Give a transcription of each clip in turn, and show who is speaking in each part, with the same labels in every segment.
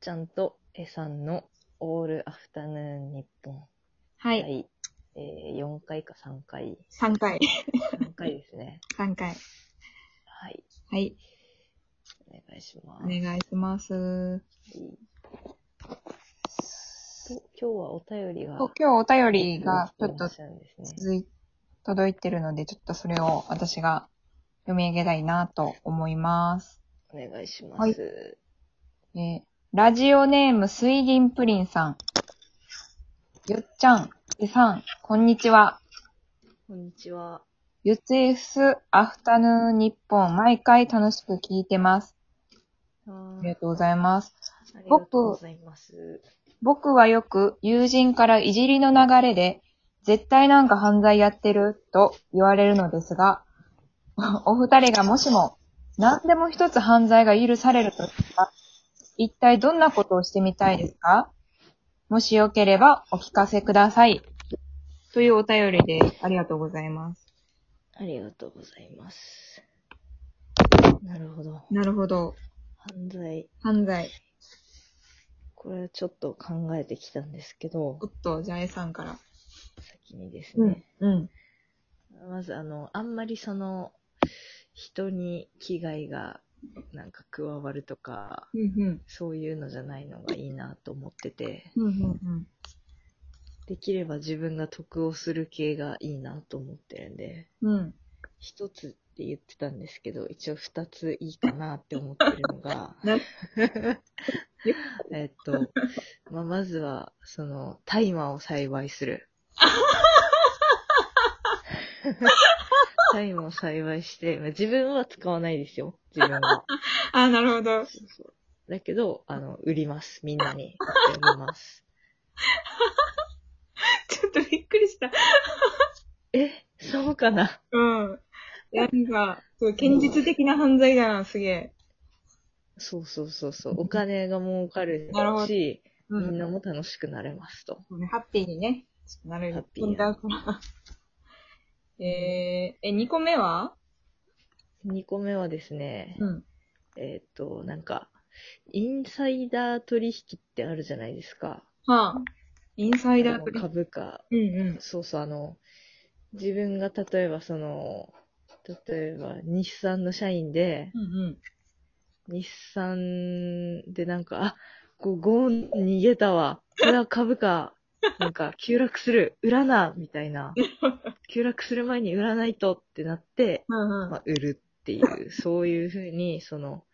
Speaker 1: ちゃんとえさんのオールアフタヌーン日本。
Speaker 2: は。
Speaker 1: はいえー、4回か3回。
Speaker 2: 3回。
Speaker 1: 3回ですね。
Speaker 2: 3回。
Speaker 1: はい。
Speaker 2: はい。
Speaker 1: お願いしま
Speaker 2: お
Speaker 1: す。
Speaker 2: 願いします。
Speaker 1: と今日はお便りが。
Speaker 2: 今日お便りがちょ
Speaker 1: 来
Speaker 2: っと
Speaker 1: てらしゃるんですね。
Speaker 2: 続い、届いてるので、ちょっとそれを私が読み上げたいなと思います。
Speaker 1: お願いします。
Speaker 2: はいえーラジオネーム水銀プリンさん。ゆっちゃん、えさん、こんにちは。
Speaker 1: こんにちは。
Speaker 2: ゆつえふすアフタヌーン日本、毎回楽しく聞いてます。
Speaker 1: あー
Speaker 2: ありがとうございます。
Speaker 1: ありがとうございます。
Speaker 2: 僕はよく友人からいじりの流れで、絶対なんか犯罪やってると言われるのですが、 お二人がもしも何でも一つ犯罪が許されるとしたら、一体どんなことをしてみたいですかもしよければお聞かせください。というお便りでありがとうございます。
Speaker 1: ありがとうございます。なるほど。
Speaker 2: なるほど。
Speaker 1: 犯罪。
Speaker 2: 犯罪。
Speaker 1: これはちょっと考えてきたんですけど
Speaker 2: お、っと、じゃあ A さんから。
Speaker 1: 先にですね。。
Speaker 2: うん。
Speaker 1: まずあの、あんまりその、人に危害がなんか加わるとか、
Speaker 2: うんうん。
Speaker 1: そういうのじゃないのがいいなと思ってて、
Speaker 2: うんうん
Speaker 1: できれば自分が得をする系がいいなと思ってるんで、
Speaker 2: うん。うん。
Speaker 1: 一つって言ってたんですけど、一応二ついいかなって思ってるのが、えっと、まあ、まずは、その、大麻を栽培する。大麻を栽培して、まあ、自分は使わないですよ、自分は。
Speaker 2: あ、なるほど。
Speaker 1: そうそうだけど、あの、売ります、みんなに。売ります。
Speaker 2: ちょっとびっくりした。
Speaker 1: え、そうかな
Speaker 2: うん。いやなんか、そう、現実的な犯罪だな、すげえ。
Speaker 1: そうそうそうそう、お金が儲かる
Speaker 2: なるほど
Speaker 1: し、
Speaker 2: う
Speaker 1: みんな
Speaker 2: も
Speaker 1: も楽しくなれますと。
Speaker 2: うね、ハッピーにね、ちょっとなれる。
Speaker 1: ハッピーや
Speaker 2: だから。えー、え、2個目は
Speaker 1: 2個目はですね、
Speaker 2: うん。
Speaker 1: えっと、なんか、インサイダー取引ってあるじゃないですか。
Speaker 2: はあ。インサイダー
Speaker 1: あの
Speaker 2: 取
Speaker 1: 株価。
Speaker 2: 引。うんうん。
Speaker 1: そうそう、あの、自分が例えばその、例えば日産の社員で、
Speaker 2: うんうん。
Speaker 1: 日産でなんか、あ、こう、ゴーン逃げたわ。これは株価、なんか、急落する。売らなみたい な。急落する前に売らないとってなって、
Speaker 2: うんうん。
Speaker 1: まあ、売るって いう、そういうふうに、その、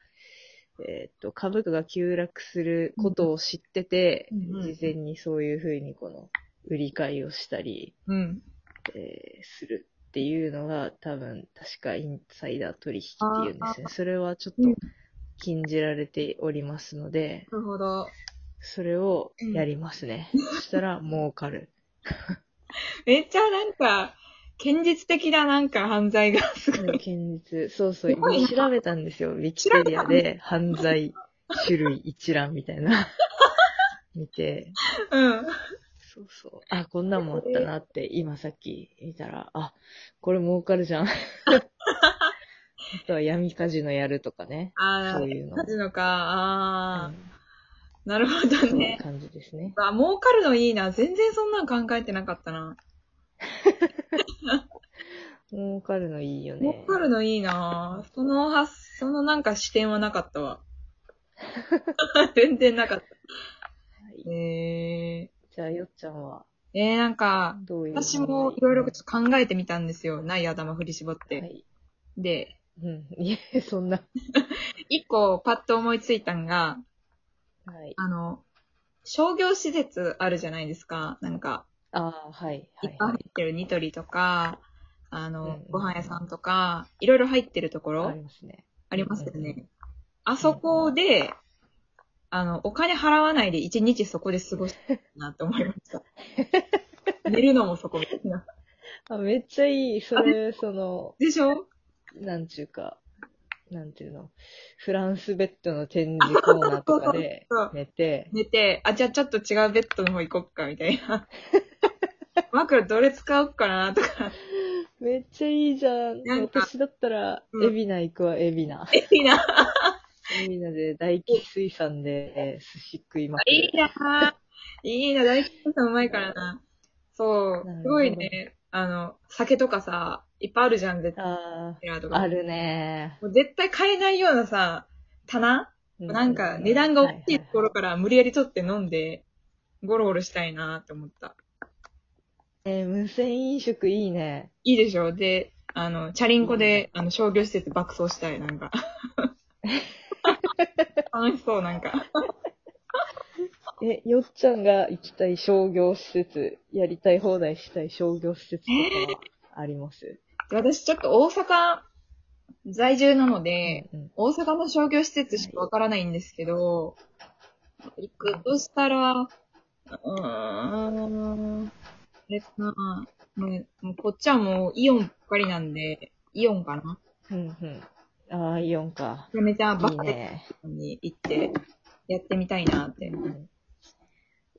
Speaker 1: えーっと、株価が急落することを知ってて、
Speaker 2: うんうん
Speaker 1: 事前にそういうふうにこの、売り買いをしたり、
Speaker 2: うん。
Speaker 1: えーするっていうのが、多分、確かインサイダー取引っていうんですね。それはちょっと
Speaker 2: うん
Speaker 1: 禁じられておりますので、
Speaker 2: なるほど。
Speaker 1: それをやりますね。そしたら儲かる。
Speaker 2: めっちゃなんか、現実的ななんか犯罪がすごい。
Speaker 1: 堅実。そうそう。
Speaker 2: すごいな
Speaker 1: 調べたんですよ。ウィキペディアで犯罪種類一覧みたい な。見て。
Speaker 2: うん。
Speaker 1: そうそう。あ、こんなんもあったなって、今さっき見たら、あ、これ儲かるじ ゃん。あとは闇カジノやるとかね。
Speaker 2: あ
Speaker 1: そ
Speaker 2: ー
Speaker 1: う、いうの。
Speaker 2: カジノか。あ
Speaker 1: う
Speaker 2: ー、
Speaker 1: ん
Speaker 2: なるほど
Speaker 1: そうい
Speaker 2: ね
Speaker 1: う。感じですね。
Speaker 2: あ、儲かるのいいな。全然そんなん考えてなかったな。
Speaker 1: 儲かるのいいよね。
Speaker 2: 儲かるのいいな。その発、そのなんか視点はなかったわ。 全然なかっ
Speaker 1: はい
Speaker 2: た。え
Speaker 1: じゃあ、よっちゃんは、
Speaker 2: ー、えー、なんか、
Speaker 1: どういう
Speaker 2: 私もいろいろちょっと考えてみたんですよ。ない頭振り絞っ
Speaker 1: は
Speaker 2: て。
Speaker 1: い。
Speaker 2: で、
Speaker 1: うん。いえ、そんな。
Speaker 2: 一個パッと思いついたんが、
Speaker 1: はい。
Speaker 2: あの、商業施設あるじゃないですか。なんか、
Speaker 1: ああ、はい。は
Speaker 2: いっ
Speaker 1: い、
Speaker 2: ぱい
Speaker 1: は
Speaker 2: 入
Speaker 1: い。
Speaker 2: ってるニトリとか、あの、
Speaker 1: うんうん
Speaker 2: ご飯屋さんとか、いろいろ入ってるところ。
Speaker 1: ありますね。
Speaker 2: ありますよ
Speaker 1: うんうんう
Speaker 2: ね。あそこで、あの、お金払わないで一日そこで過ごしたいなって思い ました。寝るのもそこみたいな。
Speaker 1: あ、めっちゃいい。それ、その、
Speaker 2: でしょ
Speaker 1: なんちゅうか、なんていうの、フランスベッドの展示コーナーとかで
Speaker 2: そうそう
Speaker 1: 寝て、
Speaker 2: 寝て、あ、じゃあちょっと違うベッドの方行こっか、みたい な。枕どれ使おうかな、とか。
Speaker 1: めっちゃいいじゃん。
Speaker 2: なんか
Speaker 1: 私だったら、
Speaker 2: う
Speaker 1: エ
Speaker 2: ん
Speaker 1: ビナ行くわ、エビナ。
Speaker 2: いいな。
Speaker 1: みんなで大気水産で寿司食いまく
Speaker 2: い
Speaker 1: る。
Speaker 2: いなぁ。いいな大吉さんうまいからな。そ
Speaker 1: なるほ、
Speaker 2: う
Speaker 1: ど
Speaker 2: すごいね。あの、酒とかさ、いっぱいあるじゃん、絶対。
Speaker 1: あ
Speaker 2: テラと
Speaker 1: あ、
Speaker 2: か
Speaker 1: あるね。
Speaker 2: もう絶対買えないようなさ、棚なんか値段が大きいところ
Speaker 1: か
Speaker 2: から無理やり取って飲んで、ゴロゴロしたいなって思った。
Speaker 1: ら。えー無線飲食いいね。
Speaker 2: いいでしょで、あの、チャリンコで、あの、商業施設爆走したい、 なんか。楽しそう、なんか。
Speaker 1: え、よっちゃんが行きたい商業施設、やりたい放題したい商業施設とかはあります。
Speaker 2: 私ちょっと大阪在住なので、
Speaker 1: うん
Speaker 2: 大阪の商業施設しかわからないんですけど、行くとしたら、うーん、あれかな、もうもうこっちはもうイオンばっかりなんで、イオンかな
Speaker 1: うんうん。ああ、イオンか。
Speaker 2: めちゃめちゃバ
Speaker 1: いい
Speaker 2: カで
Speaker 1: ね。
Speaker 2: に行ってやってみたいなって。
Speaker 1: うん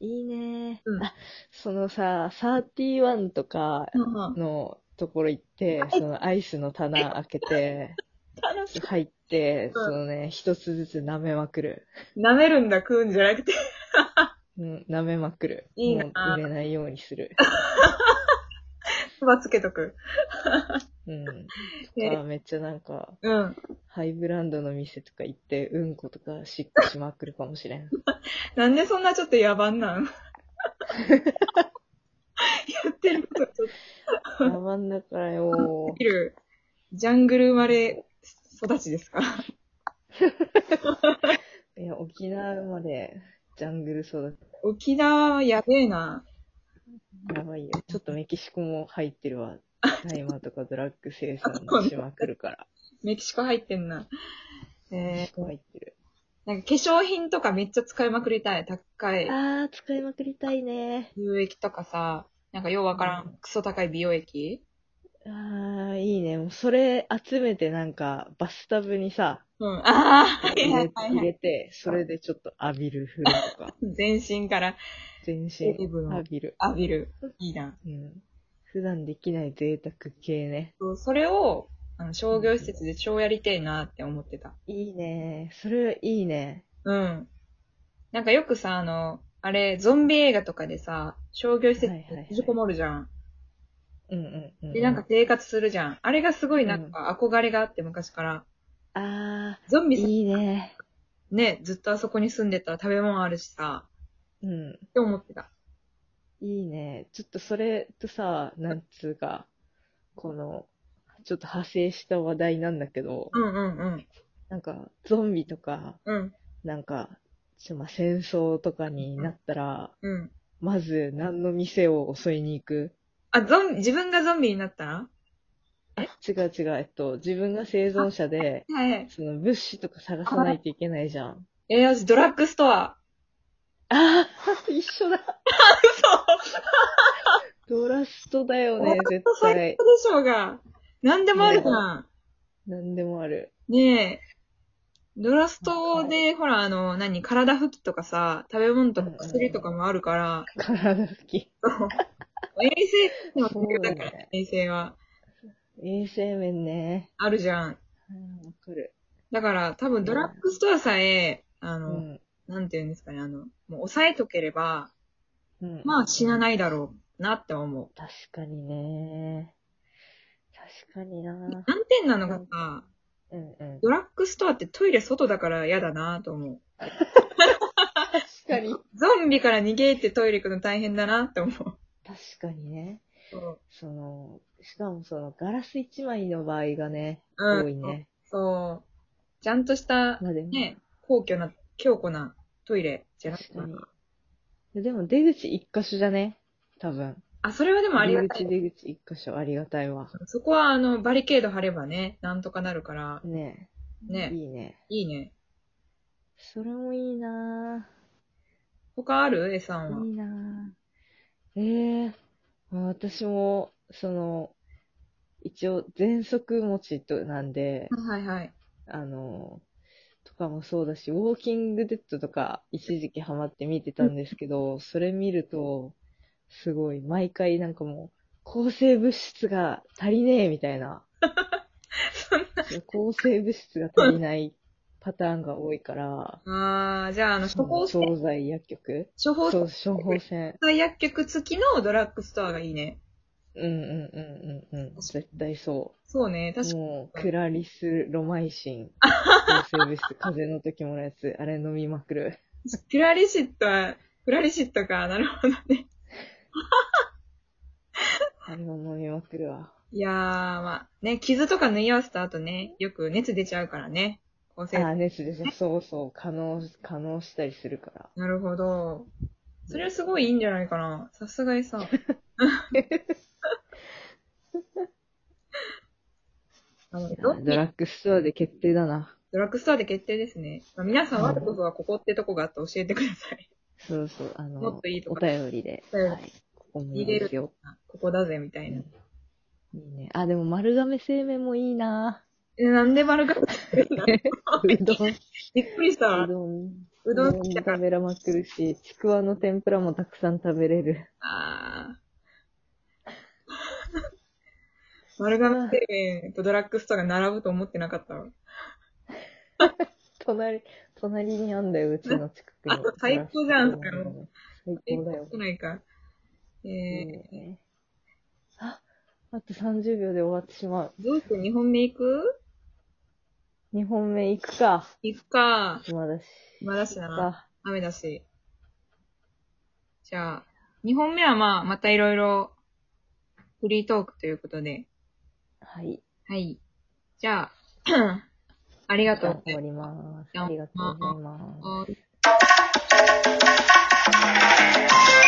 Speaker 1: いいね。
Speaker 2: うん
Speaker 1: あ、そのさ、31とか
Speaker 2: うん
Speaker 1: のところ行って、そのアイスの棚開けて、
Speaker 2: 楽し
Speaker 1: 入って、
Speaker 2: うん
Speaker 1: そのね、一つずつ舐めまくる。
Speaker 2: い。舐めるんだ、食うんじゃなくて。
Speaker 1: うん、舐めまくる。
Speaker 2: いいな
Speaker 1: もう売れないようにする。
Speaker 2: そばつけとく。
Speaker 1: うん。
Speaker 2: え
Speaker 1: あめっちゃなんか、
Speaker 2: うん。
Speaker 1: ハイブランドの店とか行って、うんことかしっこしまくるかもしれ ん。
Speaker 2: なんでそんなちょっと野蛮なん やってることちょっと
Speaker 1: やばんだからよ
Speaker 2: できる、ジャングル生まれ育ちですか
Speaker 1: いや、沖縄生までジャングル育
Speaker 2: 沖縄はやべえな。
Speaker 1: て、やばいよ。ちょっとメキシコも入って るわ。大麻とかドラッグ生産もしまくる から。
Speaker 2: メキシコ入ってんな。
Speaker 1: メキ
Speaker 2: え
Speaker 1: シコ入ってる。
Speaker 2: ー、なんか化粧品とかめっちゃ使いまくりたい。高い。
Speaker 1: あー、使いまくりたいね。
Speaker 2: 乳液とかさ、なんかようわからん、クソ高い美容液
Speaker 1: あー、いいね。もうそれ集めてなんか、バスタブにさ、
Speaker 2: うん。 ああ、は
Speaker 1: 入
Speaker 2: いは
Speaker 1: れ
Speaker 2: いはい
Speaker 1: 入
Speaker 2: はい。
Speaker 1: れて、それでちょっと浴びる風呂とか、
Speaker 2: 全身から
Speaker 1: 全身
Speaker 2: セレブの
Speaker 1: 浴びる。
Speaker 2: 浴びる。いいな。
Speaker 1: うん。普段できない贅沢系ね。
Speaker 2: そうそれを、あの商業施設で超やりてえなって思ってた。
Speaker 1: いいね。それいいね。
Speaker 2: うん。なんかよくさ、あの、あれ、ゾンビ映画とかでさ、商業施設
Speaker 1: はい
Speaker 2: に
Speaker 1: はいはい
Speaker 2: 閉じこもるじゃん。
Speaker 1: うんうんうん。
Speaker 2: で、なんか、生活するじゃん。あれがすごいなんか憧れがあって、昔から。
Speaker 1: あ
Speaker 2: ゾン
Speaker 1: ー、
Speaker 2: ビさ
Speaker 1: いいね。
Speaker 2: ね、ずっとあそこに住んでたら食べ物あるしさ、
Speaker 1: うん。
Speaker 2: って思ってた。
Speaker 1: いいね。ちょっとそれとさ、なんつうか、この、ちょっと派生した話題なんだけど、
Speaker 2: うんうんうん。
Speaker 1: なんか、ゾンビとか、
Speaker 2: うん。
Speaker 1: なんか、ちょまあ戦争とかになったら、
Speaker 2: うん。
Speaker 1: まず何の店を襲いに行く
Speaker 2: あ、ゾンビ、自分がゾンビになったら
Speaker 1: 違う違う、えっと、自分が生存者で、
Speaker 2: はい。
Speaker 1: その物資とか探さないといけないじゃん。
Speaker 2: えー、私ドラッグストア。
Speaker 1: ああ、一緒だ。
Speaker 2: 嘘
Speaker 1: ドラストだよね、絶
Speaker 2: そういう
Speaker 1: 対
Speaker 2: こ。とでしょうが。なんでもあるじゃん。
Speaker 1: 何でもある。
Speaker 2: ねえ。ドラストで、ほら、あの、何、体拭きとかさ、食べ物とか薬とかもあるから、
Speaker 1: 体拭き。
Speaker 2: 衛生にも特許だから
Speaker 1: そうだね、
Speaker 2: 衛生は。
Speaker 1: 衛生面ね。
Speaker 2: あるじゃん。
Speaker 1: うんわかる。
Speaker 2: だから、多分ドラッグストアさえ、あ
Speaker 1: う
Speaker 2: の、
Speaker 1: ん。
Speaker 2: なんていうんですかね、あの、もう抑えとければ、
Speaker 1: うん、。
Speaker 2: まあ死ないないだろうなって思
Speaker 1: 確かにね。確かにな。
Speaker 2: う。難点なのがさ、
Speaker 1: うんうん。
Speaker 2: ドラッグストアってトイレ外だから嫌だなと思う。
Speaker 1: 確かに。
Speaker 2: ゾンビから逃げてトイレ行くの大変だなって思う。
Speaker 1: 確かにね。
Speaker 2: そう。
Speaker 1: その、しかもその、ガラス一枚の場合がね、
Speaker 2: うん
Speaker 1: 多いね。
Speaker 2: そう。ちゃんとした、
Speaker 1: まあでも、
Speaker 2: ね、皇居な、強固なトイレじゃなく
Speaker 1: 確
Speaker 2: て。
Speaker 1: かに。ででも出口一箇所じゃね多分。
Speaker 2: あ、それはでもありが
Speaker 1: 入り
Speaker 2: たい
Speaker 1: 口。出口一箇所ありがたいわ。
Speaker 2: そこは、あの、バリケード張ればね、なんとかなるから、
Speaker 1: ねえ。
Speaker 2: ね、
Speaker 1: いいね。
Speaker 2: いいね。
Speaker 1: それもいいな
Speaker 2: 他ある ?A さん
Speaker 1: ぁ。
Speaker 2: は。
Speaker 1: いいなぁ。ええまあ私も、その、一応、喘息持ちとなんで、
Speaker 2: はいはい。
Speaker 1: あの、とかもそうだし、ウォーキングデッドとか一時期ハマって見てたんですけど、それ見ると、すごい、毎回なんかもう、抗生物質が 足りねえみたいな。
Speaker 2: そんな
Speaker 1: 抗生物質が足りないパターンが多いから、
Speaker 2: ああ、じゃあ、あの、処方箋、
Speaker 1: 東西薬局
Speaker 2: 処方
Speaker 1: そ
Speaker 2: 箋
Speaker 1: う、処方箋。
Speaker 2: 薬局付きのドラッグストアがいいね。
Speaker 1: うんうんうんうんうん。絶対そ
Speaker 2: そうね、確
Speaker 1: う。
Speaker 2: かに。
Speaker 1: もう、クラリスロマイシン。抗生物質、風邪の時ものやつ、あ れ飲みまくる。
Speaker 2: クラリシットは、クラリシットか、な るほどね。
Speaker 1: あれを飲みまくるわ。
Speaker 2: いやー、まあ、ね、傷とか縫い合わせた後ね、よく熱出ちゃうからね。抗
Speaker 1: あ
Speaker 2: 生
Speaker 1: ー、熱ですね。そうそう。可能、可能したりするから。
Speaker 2: なるほど。それはすごいいいんじゃないかな。さすが にさ。あの
Speaker 1: ド
Speaker 2: ど
Speaker 1: ラッグストアで決定だな。
Speaker 2: ドラッグストアで決定ですね。まあ皆さん、我こそはここってとこがあったら教えてください。
Speaker 1: そうそう。あ
Speaker 2: も
Speaker 1: の
Speaker 2: っと、いいと
Speaker 1: お
Speaker 2: こだ、
Speaker 1: 便りで。
Speaker 2: お便り
Speaker 1: はい。ここもいいですよ。
Speaker 2: ここだぜ、みたいな。
Speaker 1: いいね。あ、でも丸亀製麺もいいな
Speaker 2: えなんで 丸が
Speaker 1: うどん、う
Speaker 2: びっくりした。
Speaker 1: どん。
Speaker 2: うどん好きだから
Speaker 1: 食べらまくるし、ちくわの天ぷらもたくさん食べれる。
Speaker 2: あー丸亀製麺とドラッグストアが並ぶと思ってなかったわ。
Speaker 1: 隣、隣にあんだよ、うちの近くに。
Speaker 2: あと最高じゃん
Speaker 1: ドラッグストアも最高だよ。
Speaker 2: 少ないか。えー、
Speaker 1: うんあ、あと30秒で終わってしまう。
Speaker 2: どうする ?2 本目行く
Speaker 1: 2本目行くか。
Speaker 2: 行くか。
Speaker 1: まだし。
Speaker 2: まだしだな。
Speaker 1: か。
Speaker 2: 雨だし。じゃあ、2本目はまあ、またいろいろ、フリートークということで。
Speaker 1: はい。
Speaker 2: はい。じゃあ、 ありが
Speaker 1: じ
Speaker 2: と
Speaker 1: ゃあ
Speaker 2: うござ
Speaker 1: 終
Speaker 2: い
Speaker 1: わりま
Speaker 2: ま
Speaker 1: す。ありがとうございます
Speaker 2: す。